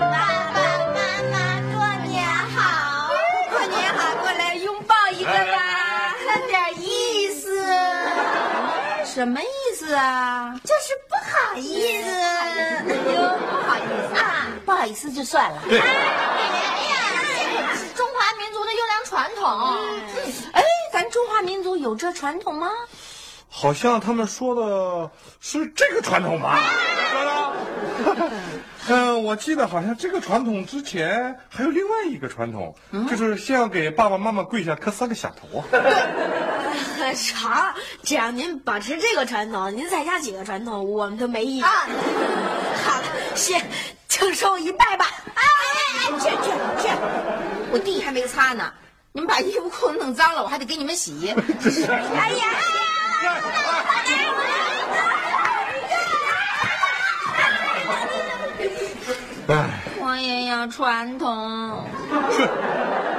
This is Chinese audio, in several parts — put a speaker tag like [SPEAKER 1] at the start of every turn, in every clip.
[SPEAKER 1] 爸爸妈妈，过年好！
[SPEAKER 2] 过年好，过来拥抱一个吧。
[SPEAKER 1] 有点意思，
[SPEAKER 2] 什么意思啊？
[SPEAKER 1] 就是不好意思。
[SPEAKER 2] 哎呦，不好意思啊，不好意思就算了。
[SPEAKER 3] 对，
[SPEAKER 1] 哎呀，
[SPEAKER 2] 是中华民族的优良传统。哎，咱中华民族有这传统吗？
[SPEAKER 3] 好像他们说的是这个传统吧？ 嗯、呃，我记得好像这个传统之前还有另外一个传统，就是先要给爸爸妈妈跪下磕三个响头。啊
[SPEAKER 2] 好，只要您保持这个传统，您再加几个传统，我们都没意见。
[SPEAKER 1] 啊
[SPEAKER 2] 好，先请受一拜吧。哎哎哎，这这这，我地还没擦呢，你们把衣服裤子弄脏了，我还得给你们洗。
[SPEAKER 3] 这是，
[SPEAKER 1] 哎呀，
[SPEAKER 3] 哎，
[SPEAKER 2] 我也要传统。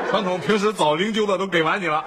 [SPEAKER 3] 传统平时早灵柩的都给完你了。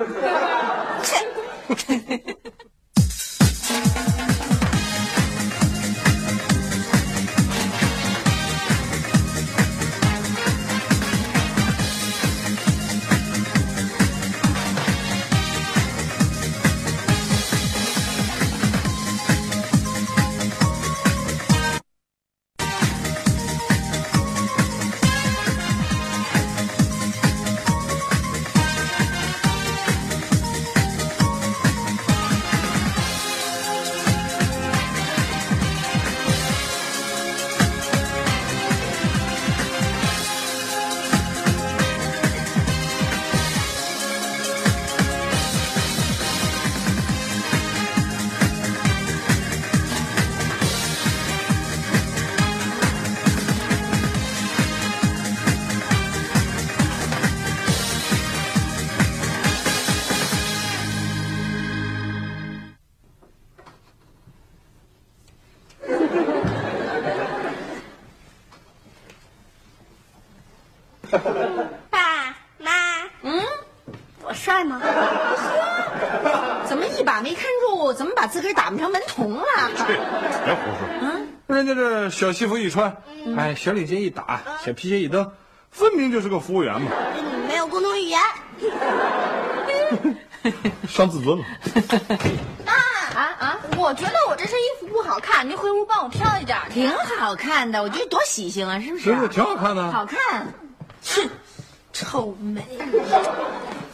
[SPEAKER 1] 爸妈，
[SPEAKER 2] 嗯，
[SPEAKER 1] 我帅吗？
[SPEAKER 2] 怎么一把没看住，怎么把自个儿打扮成文童了？
[SPEAKER 3] 别胡说，嗯人家这小西服一穿，哎，小领结一打，小皮鞋一蹬，分明就是个服务员嘛，
[SPEAKER 1] 你没有共同语言。
[SPEAKER 3] 伤自尊了。
[SPEAKER 2] 啊啊，
[SPEAKER 4] 我觉得我这身衣服不好看，您回屋帮我挑一件儿去。啊
[SPEAKER 2] 挺好看的，我觉得多喜庆啊，是不是
[SPEAKER 3] 真
[SPEAKER 2] 啊、
[SPEAKER 3] 的挺好看的。
[SPEAKER 2] 好看，哼，臭美。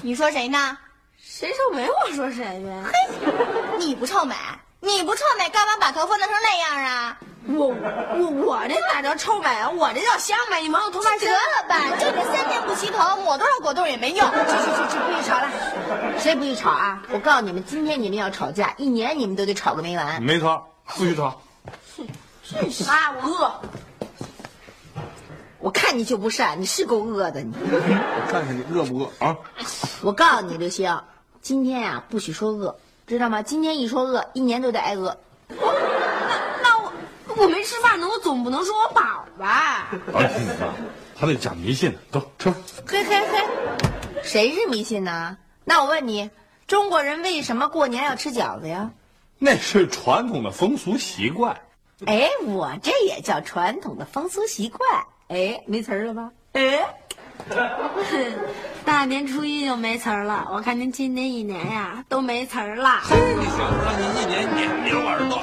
[SPEAKER 1] 你说谁呢？
[SPEAKER 2] 谁臭美？我说谁呗？
[SPEAKER 1] 你不臭美，你不臭美，干嘛把头发弄成那样啊？
[SPEAKER 2] 我我我这哪叫臭美啊？我这叫香美。你们我头发
[SPEAKER 1] 得了吧，就这三天不齐头，抹多少果冻也没用。
[SPEAKER 2] 去去去去，不许吵了，谁不许吵啊？我告诉你们，今天你们要吵架，一年你们都得吵个没完。
[SPEAKER 3] 没错，不许吵。
[SPEAKER 2] 妈，我饿。我看你就不善，你是够饿的你。
[SPEAKER 3] 我看看你饿不饿啊？
[SPEAKER 2] 我告诉你，刘星，今天呀、不许说饿，知道吗？今天一说饿，一年都得挨饿。那我我没吃饭呢，我总不能说我饱吧？
[SPEAKER 3] 哎呀，还得假迷信呢。走，吃饭。
[SPEAKER 2] 嘿嘿嘿，谁是迷信呢？那我问你，中国人为什么过年要吃饺子呀？
[SPEAKER 3] 那是传统的风俗习惯。
[SPEAKER 2] 哎，我这也叫传统的风俗习惯。哎，没词儿了吧？哎，
[SPEAKER 4] 大年初一就没词儿了，我看您今年一年呀都没词儿了。
[SPEAKER 3] 你想让你一年年牛耳朵？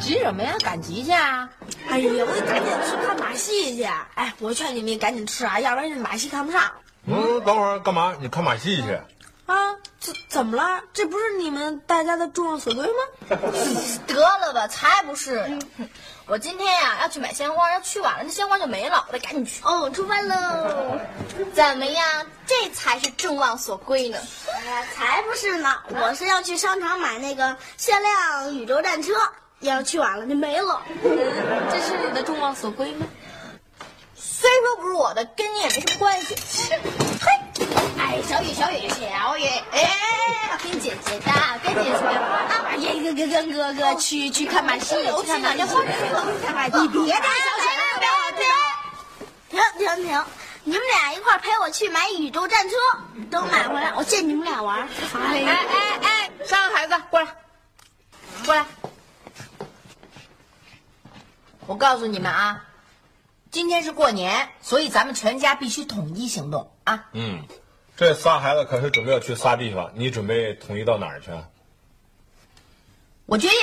[SPEAKER 2] 急什么呀？赶集去啊？
[SPEAKER 4] 哎呀，我得赶紧去看马戏去。哎，我劝你们也赶紧吃啊，要不然这马戏看不上
[SPEAKER 3] 嗯嗯，等会儿干嘛？你看马戏去？
[SPEAKER 4] 啊。
[SPEAKER 5] 这怎么了？这不是你们大家的众望所归吗？
[SPEAKER 2] 得了吧，才不是呢！我今天呀、要去买鲜花，要去晚了那鲜花就没了，我得赶紧去。哦，出发喽！怎么样，这才是众望所归呢。
[SPEAKER 6] 哎呀，才不是呢！我是要去商场买那个限量宇宙战车，要去晚了就没了。
[SPEAKER 5] 这是你的众望所归吗？
[SPEAKER 2] 虽说不是我的，跟你也没什么关系。嘿，哎，小雨，小雨，小雨，哎，跟姐姐的，跟姐姐的啊！
[SPEAKER 5] 耶哎哥哥跟哥哥去去看马戏，
[SPEAKER 2] 我去买这花去了，
[SPEAKER 6] 你别打
[SPEAKER 2] 小雪，啊别别
[SPEAKER 6] 停停停！你们俩一块儿陪我去买宇宙战车，等买回来我借你们俩玩儿。
[SPEAKER 2] 别！哎哎哎，三个孩子过来，过来！我告诉你们啊，今天是过年，所以咱们全家必须统一行动啊！
[SPEAKER 3] 嗯，这仨孩子可是准备要去仨地方，你准备统一到哪儿去？
[SPEAKER 2] 我决定。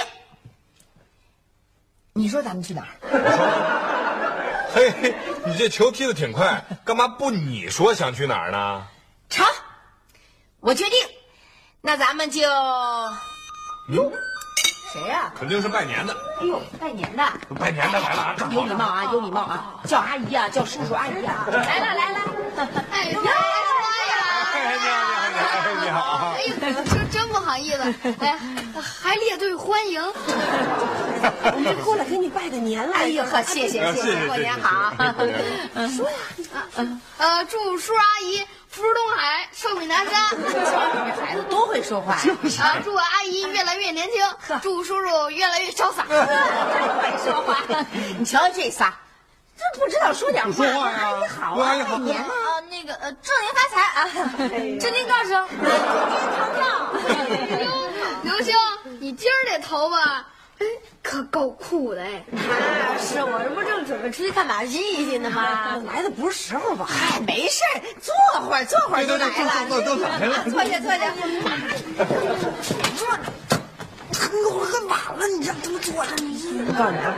[SPEAKER 2] 你说咱们去哪儿？
[SPEAKER 3] 嘿，你这球踢得挺快， 干嘛不你说想去哪儿呢？
[SPEAKER 2] 成，我决定。那咱们就
[SPEAKER 3] 哟，
[SPEAKER 2] 谁呀、
[SPEAKER 3] 肯定是拜年的，
[SPEAKER 2] 哎呦，拜年的，
[SPEAKER 3] 拜年的来了啊！
[SPEAKER 2] 有礼貌啊，有礼貌啊，叫阿姨啊，叫叔叔阿姨啊。来了来了，哎呀，
[SPEAKER 3] 哎你 好，你好，你好，你好！
[SPEAKER 2] 哎呀，真真不好意思，哎呀，还列队欢迎。
[SPEAKER 5] 我们过来给你拜个年来。
[SPEAKER 2] 哎呦呵，谢谢
[SPEAKER 3] 啊谢谢，
[SPEAKER 2] 过年好。
[SPEAKER 3] 过年
[SPEAKER 2] 呃，祝叔阿姨福如东海，寿比南山。这孩子多会说话呀！啊，祝我阿姨越来越年轻，祝叔叔越来越潇洒。会说话，你瞧这仨，这不知道说点
[SPEAKER 3] 不说话呀！好，阿姨好。
[SPEAKER 2] 啊，那个呃，正您发财啊，振兴高升，
[SPEAKER 7] 刘星，你今儿这头发，哎，可够酷的哎！
[SPEAKER 5] 是，我这不正准备出去看马戏去呢吗？来的不是时候吧？
[SPEAKER 2] 哎，没事儿坐会儿，坐会儿就来了。
[SPEAKER 3] 坐坐坐，坐
[SPEAKER 2] 啊坐下，坐下。
[SPEAKER 8] 我告诉你啊，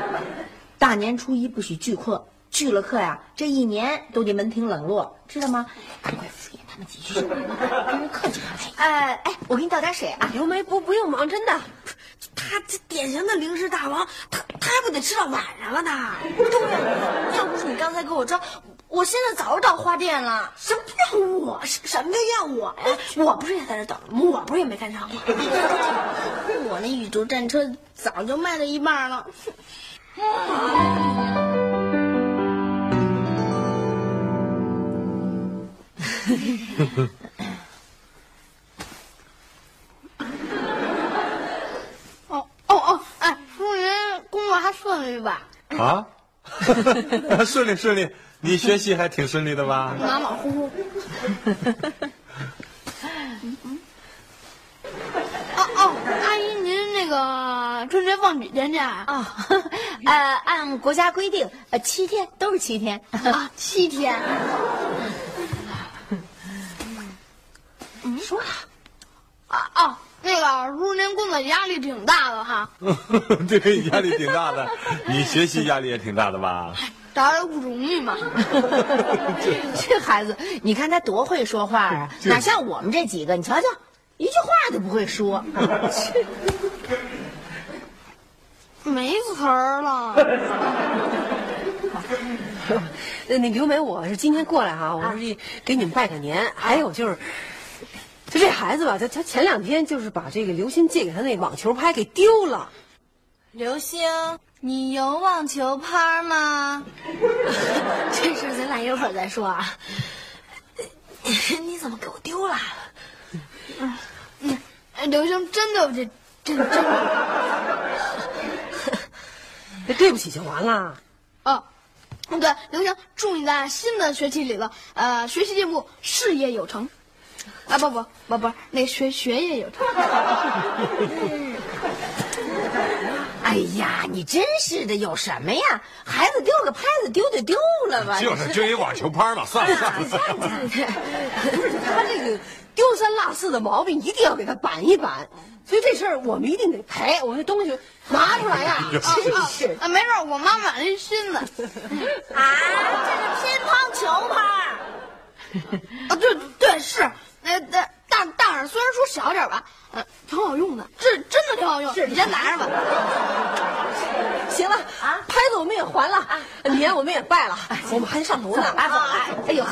[SPEAKER 8] 大年初一不许聚客，聚了客呀，这一年都得门庭冷落，知道吗？赶快敷衍他们几句，跟人客气客气。
[SPEAKER 2] 哎哎，我给你倒点水啊。
[SPEAKER 5] 刘梅不不用忙，真的，他这典型的零食大王，他他还不得吃到晚上了呢？
[SPEAKER 6] 啊
[SPEAKER 2] 要不是你刚才给我招，我现在早就到花店了。
[SPEAKER 5] 什么叫我？什什么叫怨我呀？我不是也在这等着吗？我不是也没看上吗？
[SPEAKER 6] 我那宇宙战车早就卖到一半了。
[SPEAKER 7] 哦哦哦，哎，
[SPEAKER 2] 嗯
[SPEAKER 7] 服务员工作还顺利吧？
[SPEAKER 3] 啊， 顺利顺利，你学习还挺顺利的吧？
[SPEAKER 7] 马马虎虎。哦哦，阿姨，您那个春节放几天假啊？
[SPEAKER 2] 啊、呃，按国家规定，呃，七天都是七天。
[SPEAKER 7] 啊，嗯七天。
[SPEAKER 8] 说呀，
[SPEAKER 7] 嗯啊哦，那个，如果您工作压力挺大的哈，
[SPEAKER 3] 对，压力挺大的，你学习压力也挺大的吧？
[SPEAKER 7] 找也不容易嘛。
[SPEAKER 2] 这孩子，你看他多会说话啊，哪像我们这几个？你瞧瞧，一句话都不会说。
[SPEAKER 7] 没词儿了。
[SPEAKER 9] 呃那那刘梅，我是今天过来哈、我是给你们拜个年。还有就是，就这孩子吧，他他前两天就是把这个刘鑫借给他那网球拍给丢了。
[SPEAKER 2] 刘星，你有网球拍吗？
[SPEAKER 5] 这事儿咱俩一会儿再说啊。你怎么给我丢了？
[SPEAKER 7] 哎嗯刘星，真对不起，真真
[SPEAKER 9] 那对不起就完 了。
[SPEAKER 7] 哦，对，刘星，祝你在新的学期里头，呃，学习进步，事业有成。啊，不不不不，那学学业有成。
[SPEAKER 2] 哎呀，你真是的，有什么呀？孩子丢个拍子丢就丢了吧。
[SPEAKER 3] 就是就一网球拍嘛，算了算了算了。
[SPEAKER 9] 不是他这个丢三落四的毛病，一定要给他板一板。所以这事儿我们一定得赔。我这东西拿出来呀、
[SPEAKER 7] 啊啊，没事儿，我妈买了一新的。
[SPEAKER 6] 啊，这是乒乓 球拍儿。
[SPEAKER 7] 啊，对对是，那、呃、大大大耳虽然说小点儿吧，呃，挺好用的，这真的挺好用，你先拿着吧。
[SPEAKER 9] 行了啊，拍子我们也还了，年我们也拜了，我们还上楼呢。
[SPEAKER 2] 啊，走了。哎呦呵，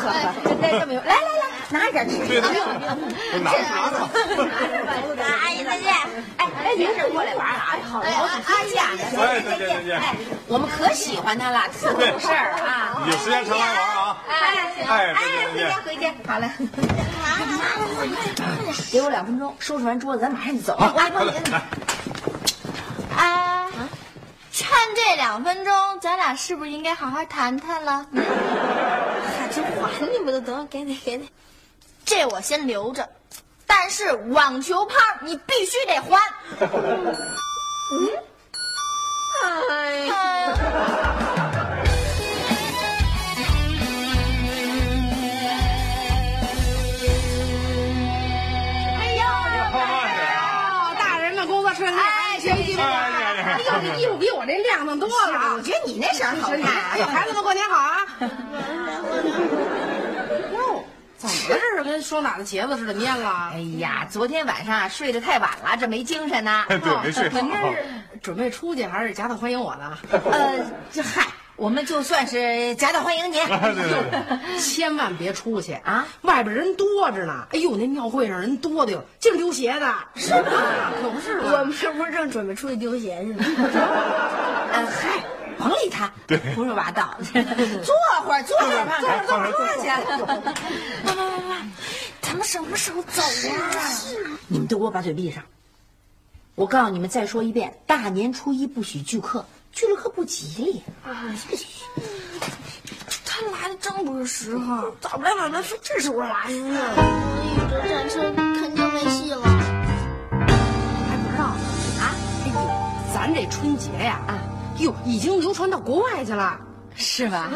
[SPEAKER 2] 这这么有，来来来，拿着点吃。
[SPEAKER 3] 对对，拿着拿着。
[SPEAKER 10] 阿姨再见。
[SPEAKER 2] 哎哎，没事过来玩啊！哎，好好几天见啊！
[SPEAKER 3] 哎，再见再见，
[SPEAKER 2] 哎，我们可喜欢他了，特懂事儿啊！
[SPEAKER 3] 有时间常来玩啊。
[SPEAKER 2] 哎，
[SPEAKER 3] 哎，再见
[SPEAKER 2] 回
[SPEAKER 3] 再
[SPEAKER 2] 家
[SPEAKER 3] 见。
[SPEAKER 2] 回家，好嘞。给我两分钟，收拾完桌子，咱马上就走。
[SPEAKER 3] 好，
[SPEAKER 2] 我来
[SPEAKER 3] 来
[SPEAKER 2] 帮你。
[SPEAKER 3] 来，
[SPEAKER 1] 哎，趁这两分钟，咱俩是不是应该好好谈谈了？
[SPEAKER 5] 还真还你们了，等会儿给你给你。
[SPEAKER 1] 这我先留着，但是网球拍儿你必须得还。
[SPEAKER 5] 哎，
[SPEAKER 3] 慢慢点啊。
[SPEAKER 9] 哦，大人们工作顺利，哎，学习
[SPEAKER 3] 哎呀呀，
[SPEAKER 9] 这衣服比我这亮堂多了啊
[SPEAKER 2] 我！觉得你那身好看。
[SPEAKER 9] 孩子们过年好啊！哟，怎么了这是跟双打的茄子似的蔫了？
[SPEAKER 2] 哎呀，昨天晚上啊睡得太晚了，这没精神 呐。
[SPEAKER 3] 哎对，没睡
[SPEAKER 9] 您
[SPEAKER 3] 好。
[SPEAKER 9] 这是准备出去还是夹道欢迎我呢？
[SPEAKER 2] 呃，这嗨，我们就算是夹道欢迎您。
[SPEAKER 3] 哎对 对对。
[SPEAKER 9] 千万别出去
[SPEAKER 2] 啊！
[SPEAKER 9] 外边人多着呢。哎呦，那庙会上人多的哟，净丢鞋的，是吧？可不是
[SPEAKER 10] 我
[SPEAKER 9] 吗？
[SPEAKER 10] 们这不是正准备出去丢鞋去呢？
[SPEAKER 2] 呃，嗨，甭理他，胡说八 道。坐会儿，坐会儿吧，
[SPEAKER 3] 对
[SPEAKER 2] 坐会儿，啊坐会儿坐会儿去。
[SPEAKER 10] 咱们什么时候走呀？
[SPEAKER 2] 啊你们都给我把嘴闭上！我告诉你们，再说一遍，大年初一不许聚客，聚了客不吉利。
[SPEAKER 10] 他来的真不是时候，早不来晚不来，非这时候来呢。宇宙战车肯定没戏了。
[SPEAKER 9] 还不知道呢啊！哎呦，咱这春节呀啊，哟，已经流传到国外去了。嗯
[SPEAKER 2] 是吧？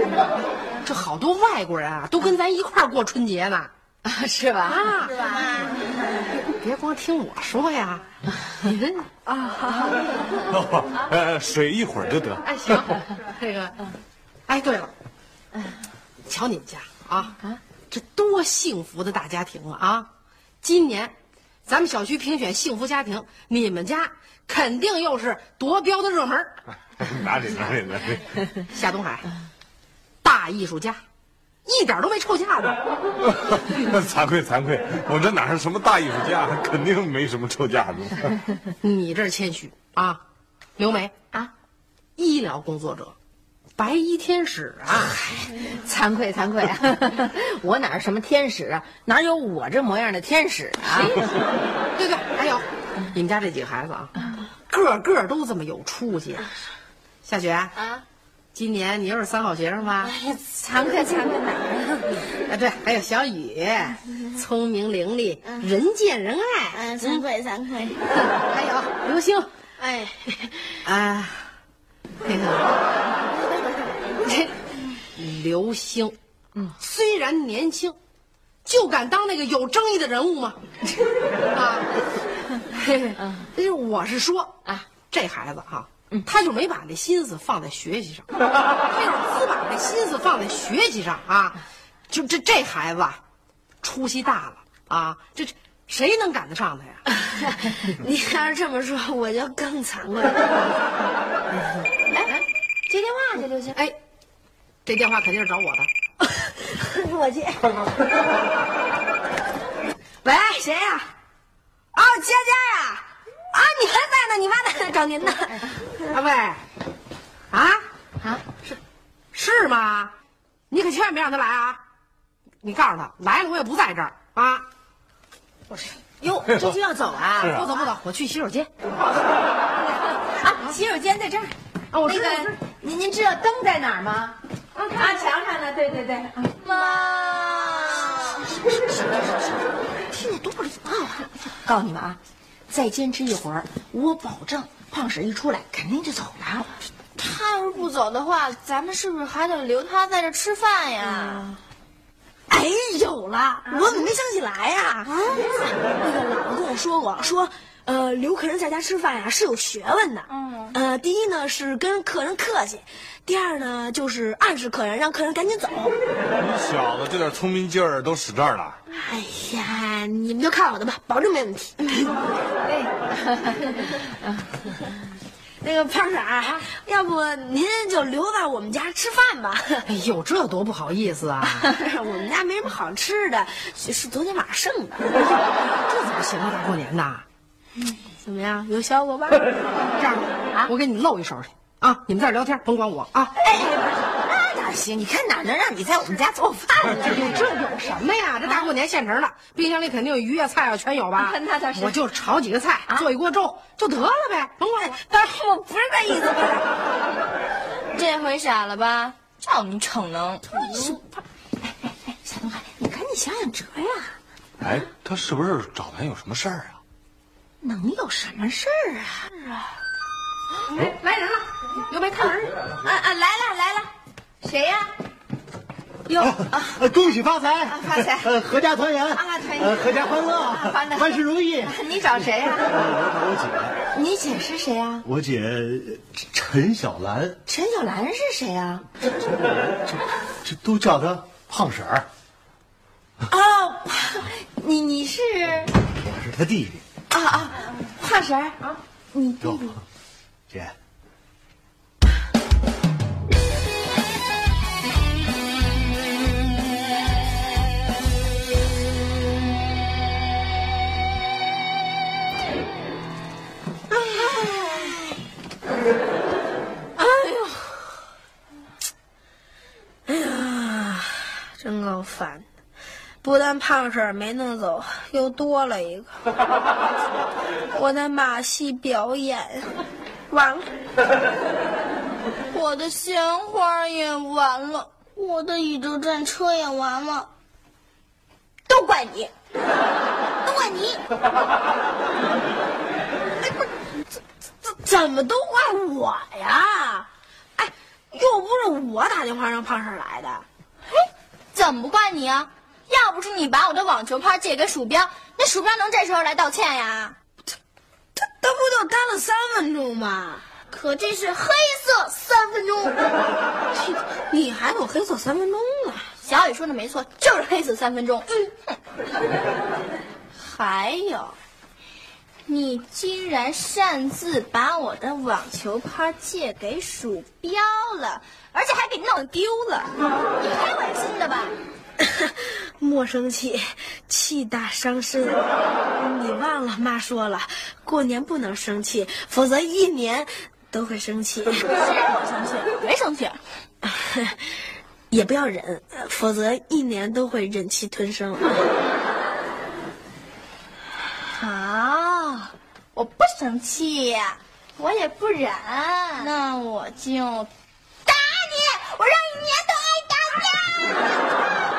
[SPEAKER 9] 这好多外国人啊，都跟咱一块儿过春节呢。
[SPEAKER 2] 是吧？
[SPEAKER 9] 啊，是吧？别光听我说呀，
[SPEAKER 3] 呃，水一会儿就得。
[SPEAKER 9] 哎， 行，这个，哎，对了，瞧你们家啊，这多幸福的大家庭啊！啊，今年咱们小区评选幸福家庭，你们家肯定又是夺标的热门儿。
[SPEAKER 3] 拿着拿着拿着。
[SPEAKER 9] 夏东海，大艺术家，一点都没臭架子。
[SPEAKER 3] 惭愧惭愧，我这哪是什么大艺术家，肯定没什么臭 架子。
[SPEAKER 9] 你这儿谦虚啊，刘梅啊，医疗工作者，白衣天使
[SPEAKER 2] 哎
[SPEAKER 9] 啊。
[SPEAKER 2] 惭愧惭 愧，我哪是什么天使啊？哪有我这模样的天使啊？
[SPEAKER 9] 对对，还有你们家这几个孩子啊，
[SPEAKER 2] 嗯
[SPEAKER 9] 个个都这么有出息。夏雪啊，今年你又是三好学生吧？
[SPEAKER 2] 哎
[SPEAKER 5] 惭愧惭愧哪儿啊？
[SPEAKER 9] 啊，对，还有 小雨，聪明伶俐，人见人爱。
[SPEAKER 10] 嗯，惭愧惭愧。
[SPEAKER 11] 哎
[SPEAKER 9] 还有刘星
[SPEAKER 10] 哎，
[SPEAKER 9] 啊，那个这刘星，嗯，虽然年轻，就敢当那个有争议的人 物吗？啊，嘿嘿，
[SPEAKER 5] 嗯
[SPEAKER 9] 这就是我是说啊，这孩子哈、他就没把那心思放在 学习上，他要是只把这心思放在学习上啊，就这这孩子啊，出息大了啊，这这谁能赶得上他呀？
[SPEAKER 5] 你要是这么说，我就更惭愧了。
[SPEAKER 9] 接电话去，刘星。哎，这电话肯定是找我 的。
[SPEAKER 5] 我 去。喂，谁呀、哦，佳佳呀、啊！你还在呢，你妈在找您呢。
[SPEAKER 9] 啊喂，啊啊是是吗？你可千万别让他来啊！你告诉他来了，我也不在这儿啊！
[SPEAKER 2] 哟，这就要走 啊？
[SPEAKER 9] 不走不走，我去洗手间。
[SPEAKER 2] 洗手间在这儿。
[SPEAKER 9] 啊，我
[SPEAKER 2] 那
[SPEAKER 9] 知道
[SPEAKER 2] 个，您您知道灯在哪儿吗？啊，墙上呢，对对对。
[SPEAKER 10] 听着多不礼貌啊！
[SPEAKER 2] 告诉你们啊，再坚持一会儿，我保证胖婶一出来肯定就走了。
[SPEAKER 1] 他要是不走的话，咱们是不是还得留他在这吃饭呀？
[SPEAKER 5] 哎，有了，我怎么没想起来呀、那个姥姥跟我说过，说，
[SPEAKER 11] 呃，留客人在家吃饭呀、是有学问的。嗯。呃，第一呢是跟客人客气，第二呢就是暗示客人，让客人赶紧走。
[SPEAKER 12] 你小子这点聪明劲儿都使这儿了，
[SPEAKER 5] 哎呀，你们就看我的吧，保证没问题。 那个胖婶儿，啊要不您就留在我们家吃饭吧？
[SPEAKER 9] 哎呦，这多不好意思 啊！
[SPEAKER 5] 我们家没什么好吃的，是昨天晚上剩的。
[SPEAKER 9] 这怎么行啊？大过年的，
[SPEAKER 5] 怎么样，有小伙伴？
[SPEAKER 9] 这样吧，我给你露一手去啊！你们在这聊天，甭管我啊！
[SPEAKER 13] 哎那哪行？你看哪能让你在我们家做饭呢？
[SPEAKER 9] 哎呦，这有什么呀？这大过年现成的，冰箱里肯定有鱼啊、菜啊，全有吧？
[SPEAKER 5] 那倒是
[SPEAKER 9] 我就炒几个菜，
[SPEAKER 13] 啊
[SPEAKER 9] 做一锅粥就得了呗，甭
[SPEAKER 13] 哎
[SPEAKER 9] 管我。
[SPEAKER 5] 但是我不是那意思。
[SPEAKER 13] 这回傻了吧？
[SPEAKER 2] 照你逞能！
[SPEAKER 13] 你赶紧想想辙呀，
[SPEAKER 12] 哎，他是不是找咱有什么事儿啊？
[SPEAKER 13] 能有什么事儿啊？
[SPEAKER 9] 来人了，刘梅开门。
[SPEAKER 5] 啊啊，来了来了，谁呀？
[SPEAKER 3] 呃，恭喜发
[SPEAKER 9] 哎
[SPEAKER 3] 财，
[SPEAKER 13] 啊
[SPEAKER 3] 发财，呃，阖家团圆，啊，呃，阖家欢乐，万事如意。
[SPEAKER 5] 你找谁呀？
[SPEAKER 3] 我
[SPEAKER 13] 你姐是谁啊
[SPEAKER 3] 姐，？我姐呃陈小兰，
[SPEAKER 13] 陈小兰是谁啊？
[SPEAKER 3] 这都叫她胖婶儿，
[SPEAKER 13] 哦，你你是
[SPEAKER 3] 我是她弟弟。
[SPEAKER 13] 啊啊，胖婶儿啊，你
[SPEAKER 3] 哟，姐，
[SPEAKER 5] 真够烦的，不但胖婶儿没弄走，又多了一个。我的马戏表演完了，我的鲜花也完了，
[SPEAKER 11] 我的宇宙战车也完了，
[SPEAKER 5] 都怪你。
[SPEAKER 11] 都怪你。
[SPEAKER 5] 哎怎怎么都怪我呀？哎，又不是我打电话让胖婶儿来的。
[SPEAKER 14] 怎么不怪你啊？要不是你把我的网球拍借给鼠标，那鼠标能这时候来道歉呀？
[SPEAKER 5] 他他不就待了三分钟吗？
[SPEAKER 11] 可这是黑色三 分钟，
[SPEAKER 5] 你还有黑色三分钟
[SPEAKER 14] 啊
[SPEAKER 5] 呢？
[SPEAKER 14] 小雨说的没错，就是黑死三分 钟。
[SPEAKER 5] 还有，
[SPEAKER 14] 你竟然擅自把我的网球拍借给鼠标了，而且还给弄丢了，你太玩心了吧？
[SPEAKER 5] 莫生气，气大伤身。你忘了妈说了，过年不能生气，否则一年都会生气。
[SPEAKER 14] 没生气，
[SPEAKER 5] 也不要忍，否则一年都会忍气吞声。
[SPEAKER 14] 啊，我不生气，我也不忍，那我就打你，我让一年都挨打架。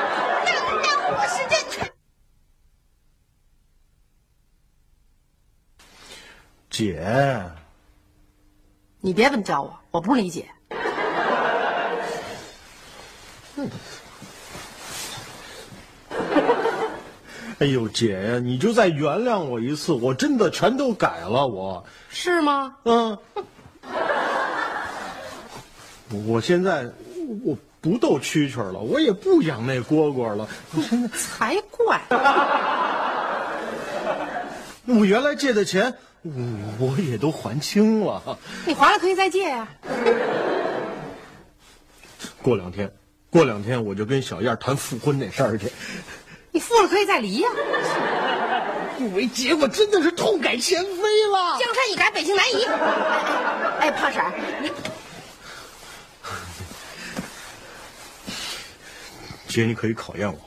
[SPEAKER 3] 姐，
[SPEAKER 9] 你别这么叫我，我不是你姐。
[SPEAKER 3] 哎呦，姐呀，你就再原谅我一次，我真的全都改了，我，
[SPEAKER 9] 是吗？
[SPEAKER 3] 嗯，我现在我不斗蛐蛐了，我也不养那蝈蝈了，我现在。
[SPEAKER 9] 才怪！
[SPEAKER 3] 我原来借的钱，我我也都还清了。
[SPEAKER 9] 你还了可以再借呀、
[SPEAKER 3] 过两天，过两天我就跟小燕谈复婚那事儿去。
[SPEAKER 9] 你付了可以再离呀、
[SPEAKER 3] 为姐，我真的是痛改前非了。
[SPEAKER 9] 江山易改，北性难移。哎，哎胖婶儿，
[SPEAKER 3] 姐，你可以考验我，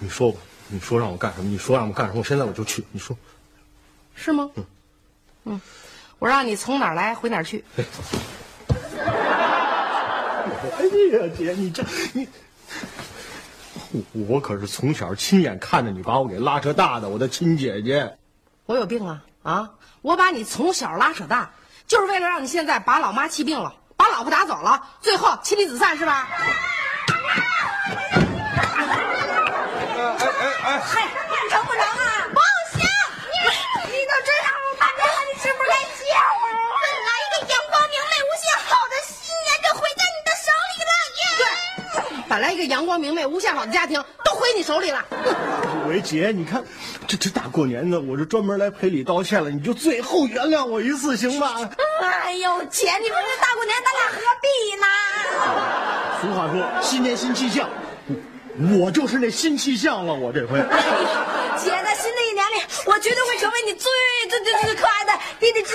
[SPEAKER 3] 你说吧，你说让我干什么？你说让我干什么？我现在我就去。你说，
[SPEAKER 9] 是吗？嗯，我让你从哪儿来回哪儿去。
[SPEAKER 3] 哎呀，姐，你这你。我可是从小亲眼看着你把我给拉扯大的，我的亲姐姐。
[SPEAKER 9] 我有病啊啊！我把你从小拉扯大，就是为了让你现在把老妈气病了，把老婆打走了，最后妻离子散是吧？
[SPEAKER 12] 哎哎哎，
[SPEAKER 5] 成不成啊？不行，你你都这样了，
[SPEAKER 9] 阳光明媚、无限好的家庭都回你手里了。
[SPEAKER 3] 伟姐，你看，这这大过年的，我是专门来赔礼道歉了，你就最后原谅我一次行吗？
[SPEAKER 5] 哎呦，姐，你说这大过年咱俩何必呢？
[SPEAKER 3] 俗话说，新年新气象，我就是那新气象了，我这回。
[SPEAKER 5] 姐，在新的一年里，我绝对会成为你最最最最可爱的弟弟之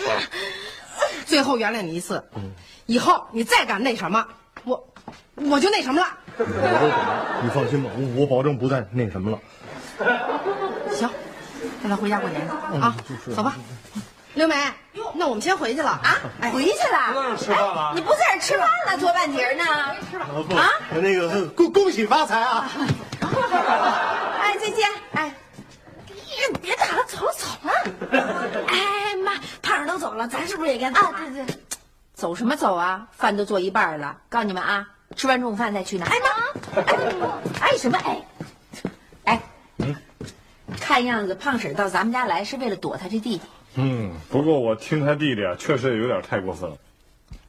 [SPEAKER 5] 一。
[SPEAKER 9] 最后原谅你一次，
[SPEAKER 3] 嗯
[SPEAKER 9] 以后你再敢那什么，我我就那什么了。
[SPEAKER 3] 我都懂，你放心吧，我我保证不再那什么了。
[SPEAKER 9] 行，那咱回家过年去、嗯、啊，
[SPEAKER 3] 就是嗯
[SPEAKER 9] 走吧。刘梅，那我们先回去了啊！
[SPEAKER 5] 哎，回去了，
[SPEAKER 15] 吃饭
[SPEAKER 2] 哎
[SPEAKER 15] 了。
[SPEAKER 5] 你不在这吃饭了，多半截呢？
[SPEAKER 3] 啊，那个恭恭喜发财啊！
[SPEAKER 5] 哎，再见！哎，别哎打了，走了走 了。哎妈，胖儿都走了，咱是不是也该走啊？对对，
[SPEAKER 2] 走什么走啊？饭都做一半了，告诉你们啊，吃完中午饭再去拿。
[SPEAKER 5] 哎妈，
[SPEAKER 2] 哎什么哎？哎，看样子胖婶到咱们家来是为了躲他这弟弟。
[SPEAKER 15] 嗯，不过我听他弟弟啊，确实有点太过分了。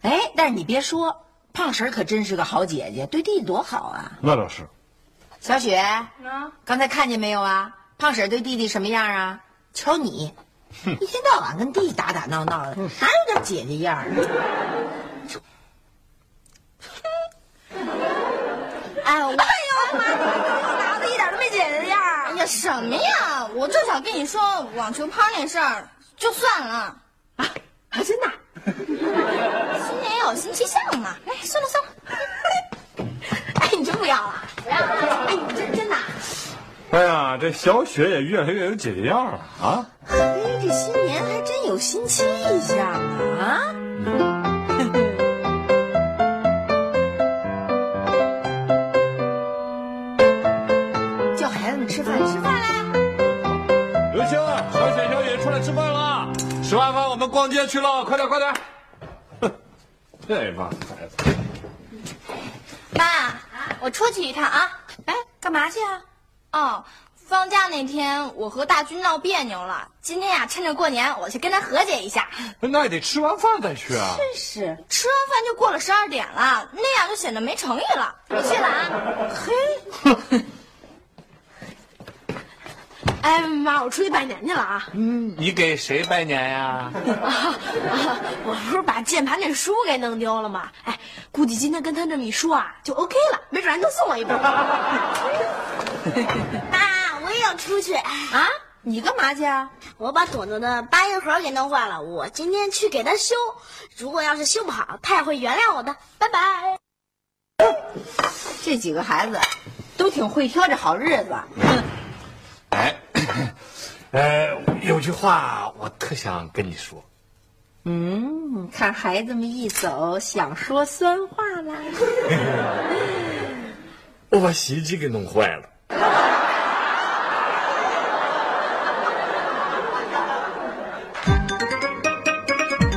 [SPEAKER 2] 哎，但是你别说，胖婶可真是个好姐姐，对弟弟多好啊。
[SPEAKER 15] 那倒是。
[SPEAKER 2] 小雪，嗯、刚才看见没有啊？胖婶对弟弟什么样啊？瞧你，一天到晚跟弟弟打打闹闹
[SPEAKER 5] 嗯
[SPEAKER 2] 的，哪有点姐姐样啊？
[SPEAKER 5] 哎我。
[SPEAKER 16] 什么
[SPEAKER 2] 啊
[SPEAKER 16] 呀！我正想跟你说网球拍那事儿，就算了啊
[SPEAKER 5] 啊！真的，
[SPEAKER 16] 新年有新气象嘛！哎，算了算
[SPEAKER 5] 了，哎，你真不要了？
[SPEAKER 16] 不要了！
[SPEAKER 5] 哎，你真真的？
[SPEAKER 15] 哎呀，这小雪也越来越有姐姐样了啊！
[SPEAKER 5] 哎，这新年还真有新气象啊！吃饭，吃饭啦！
[SPEAKER 15] 刘星，小雪、小雨出来吃饭啦！吃完饭我们逛街去了，快点，快点！哼，这帮孩子！
[SPEAKER 16] 妈，我出去一趟啊！
[SPEAKER 5] 哎，干嘛去啊？
[SPEAKER 16] 哦，放假那天我和大军闹别扭了，今天呀、啊，趁着过年，我去跟他和解一下。
[SPEAKER 15] 那也得吃完饭再去啊！
[SPEAKER 2] 真是，
[SPEAKER 16] 吃完饭就过了十二点了，那样就显得没诚意了。我去了啊！嘿。
[SPEAKER 5] 哎妈，我出去拜年去了啊！
[SPEAKER 17] 嗯，你给谁拜年呀、啊
[SPEAKER 5] 啊啊？ 我不是把键盘那书给弄丢了吗？哎，估计今天跟他这么一说啊，就 OK 了，没准还能送我一 本。
[SPEAKER 16] 妈，我也要出去
[SPEAKER 5] 啊！你干嘛去啊？
[SPEAKER 16] 我把朵朵的八音盒给弄坏了，我今天去给他修。如果要是修不好，他也会原谅我的。拜拜。
[SPEAKER 2] 这几个孩子都挺会挑这好日子。
[SPEAKER 17] 哎，呃，有句话我特想跟你说。
[SPEAKER 2] 嗯，看孩子们一走，想说酸话啦。
[SPEAKER 17] 我把洗衣机给弄坏了。
[SPEAKER 18] 你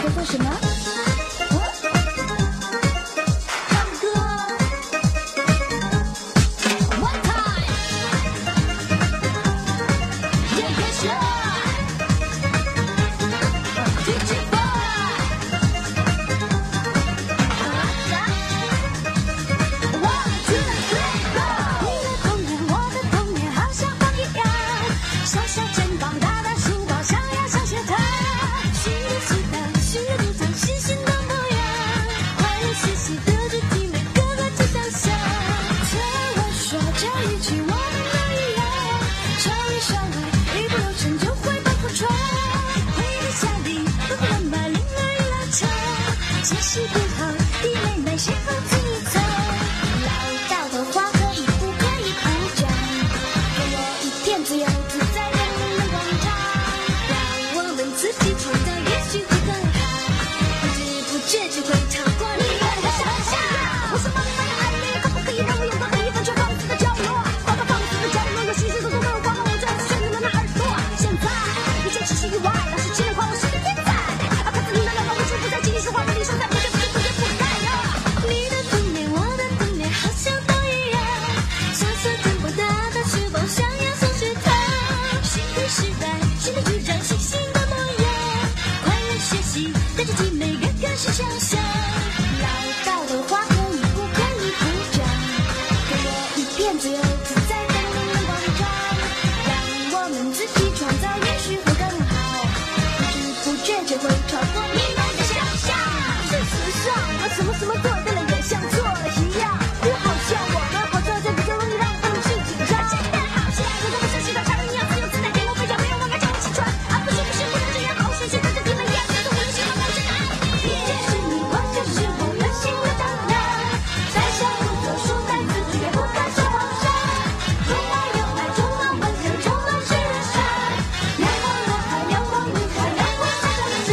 [SPEAKER 18] 在做什么？
[SPEAKER 7] 啊
[SPEAKER 16] 我是妈妈的爱人，可不可以让我有个可以完全放肆的角落？啊点自由自在的灵光一让我们自己创造，也许会更好。不知不觉就会超过你们的想象。事实上，我什么什么做对了，也像做了一样。就好像我们活着就比较容易让他们去紧张。真的好像我们像洗澡常人一样自由自在，给我飞翔，没有人敢叫我起床。啊，不行不行，不能这样，好险现在就只能一样，这种流行的我真爱。你就是你，我就是我，任性的当然。在笑不作数，在自己也不敢说谎话。有爱有爱，充满温柔，充满智商。阳光男孩，阳光女孩，阳光大家。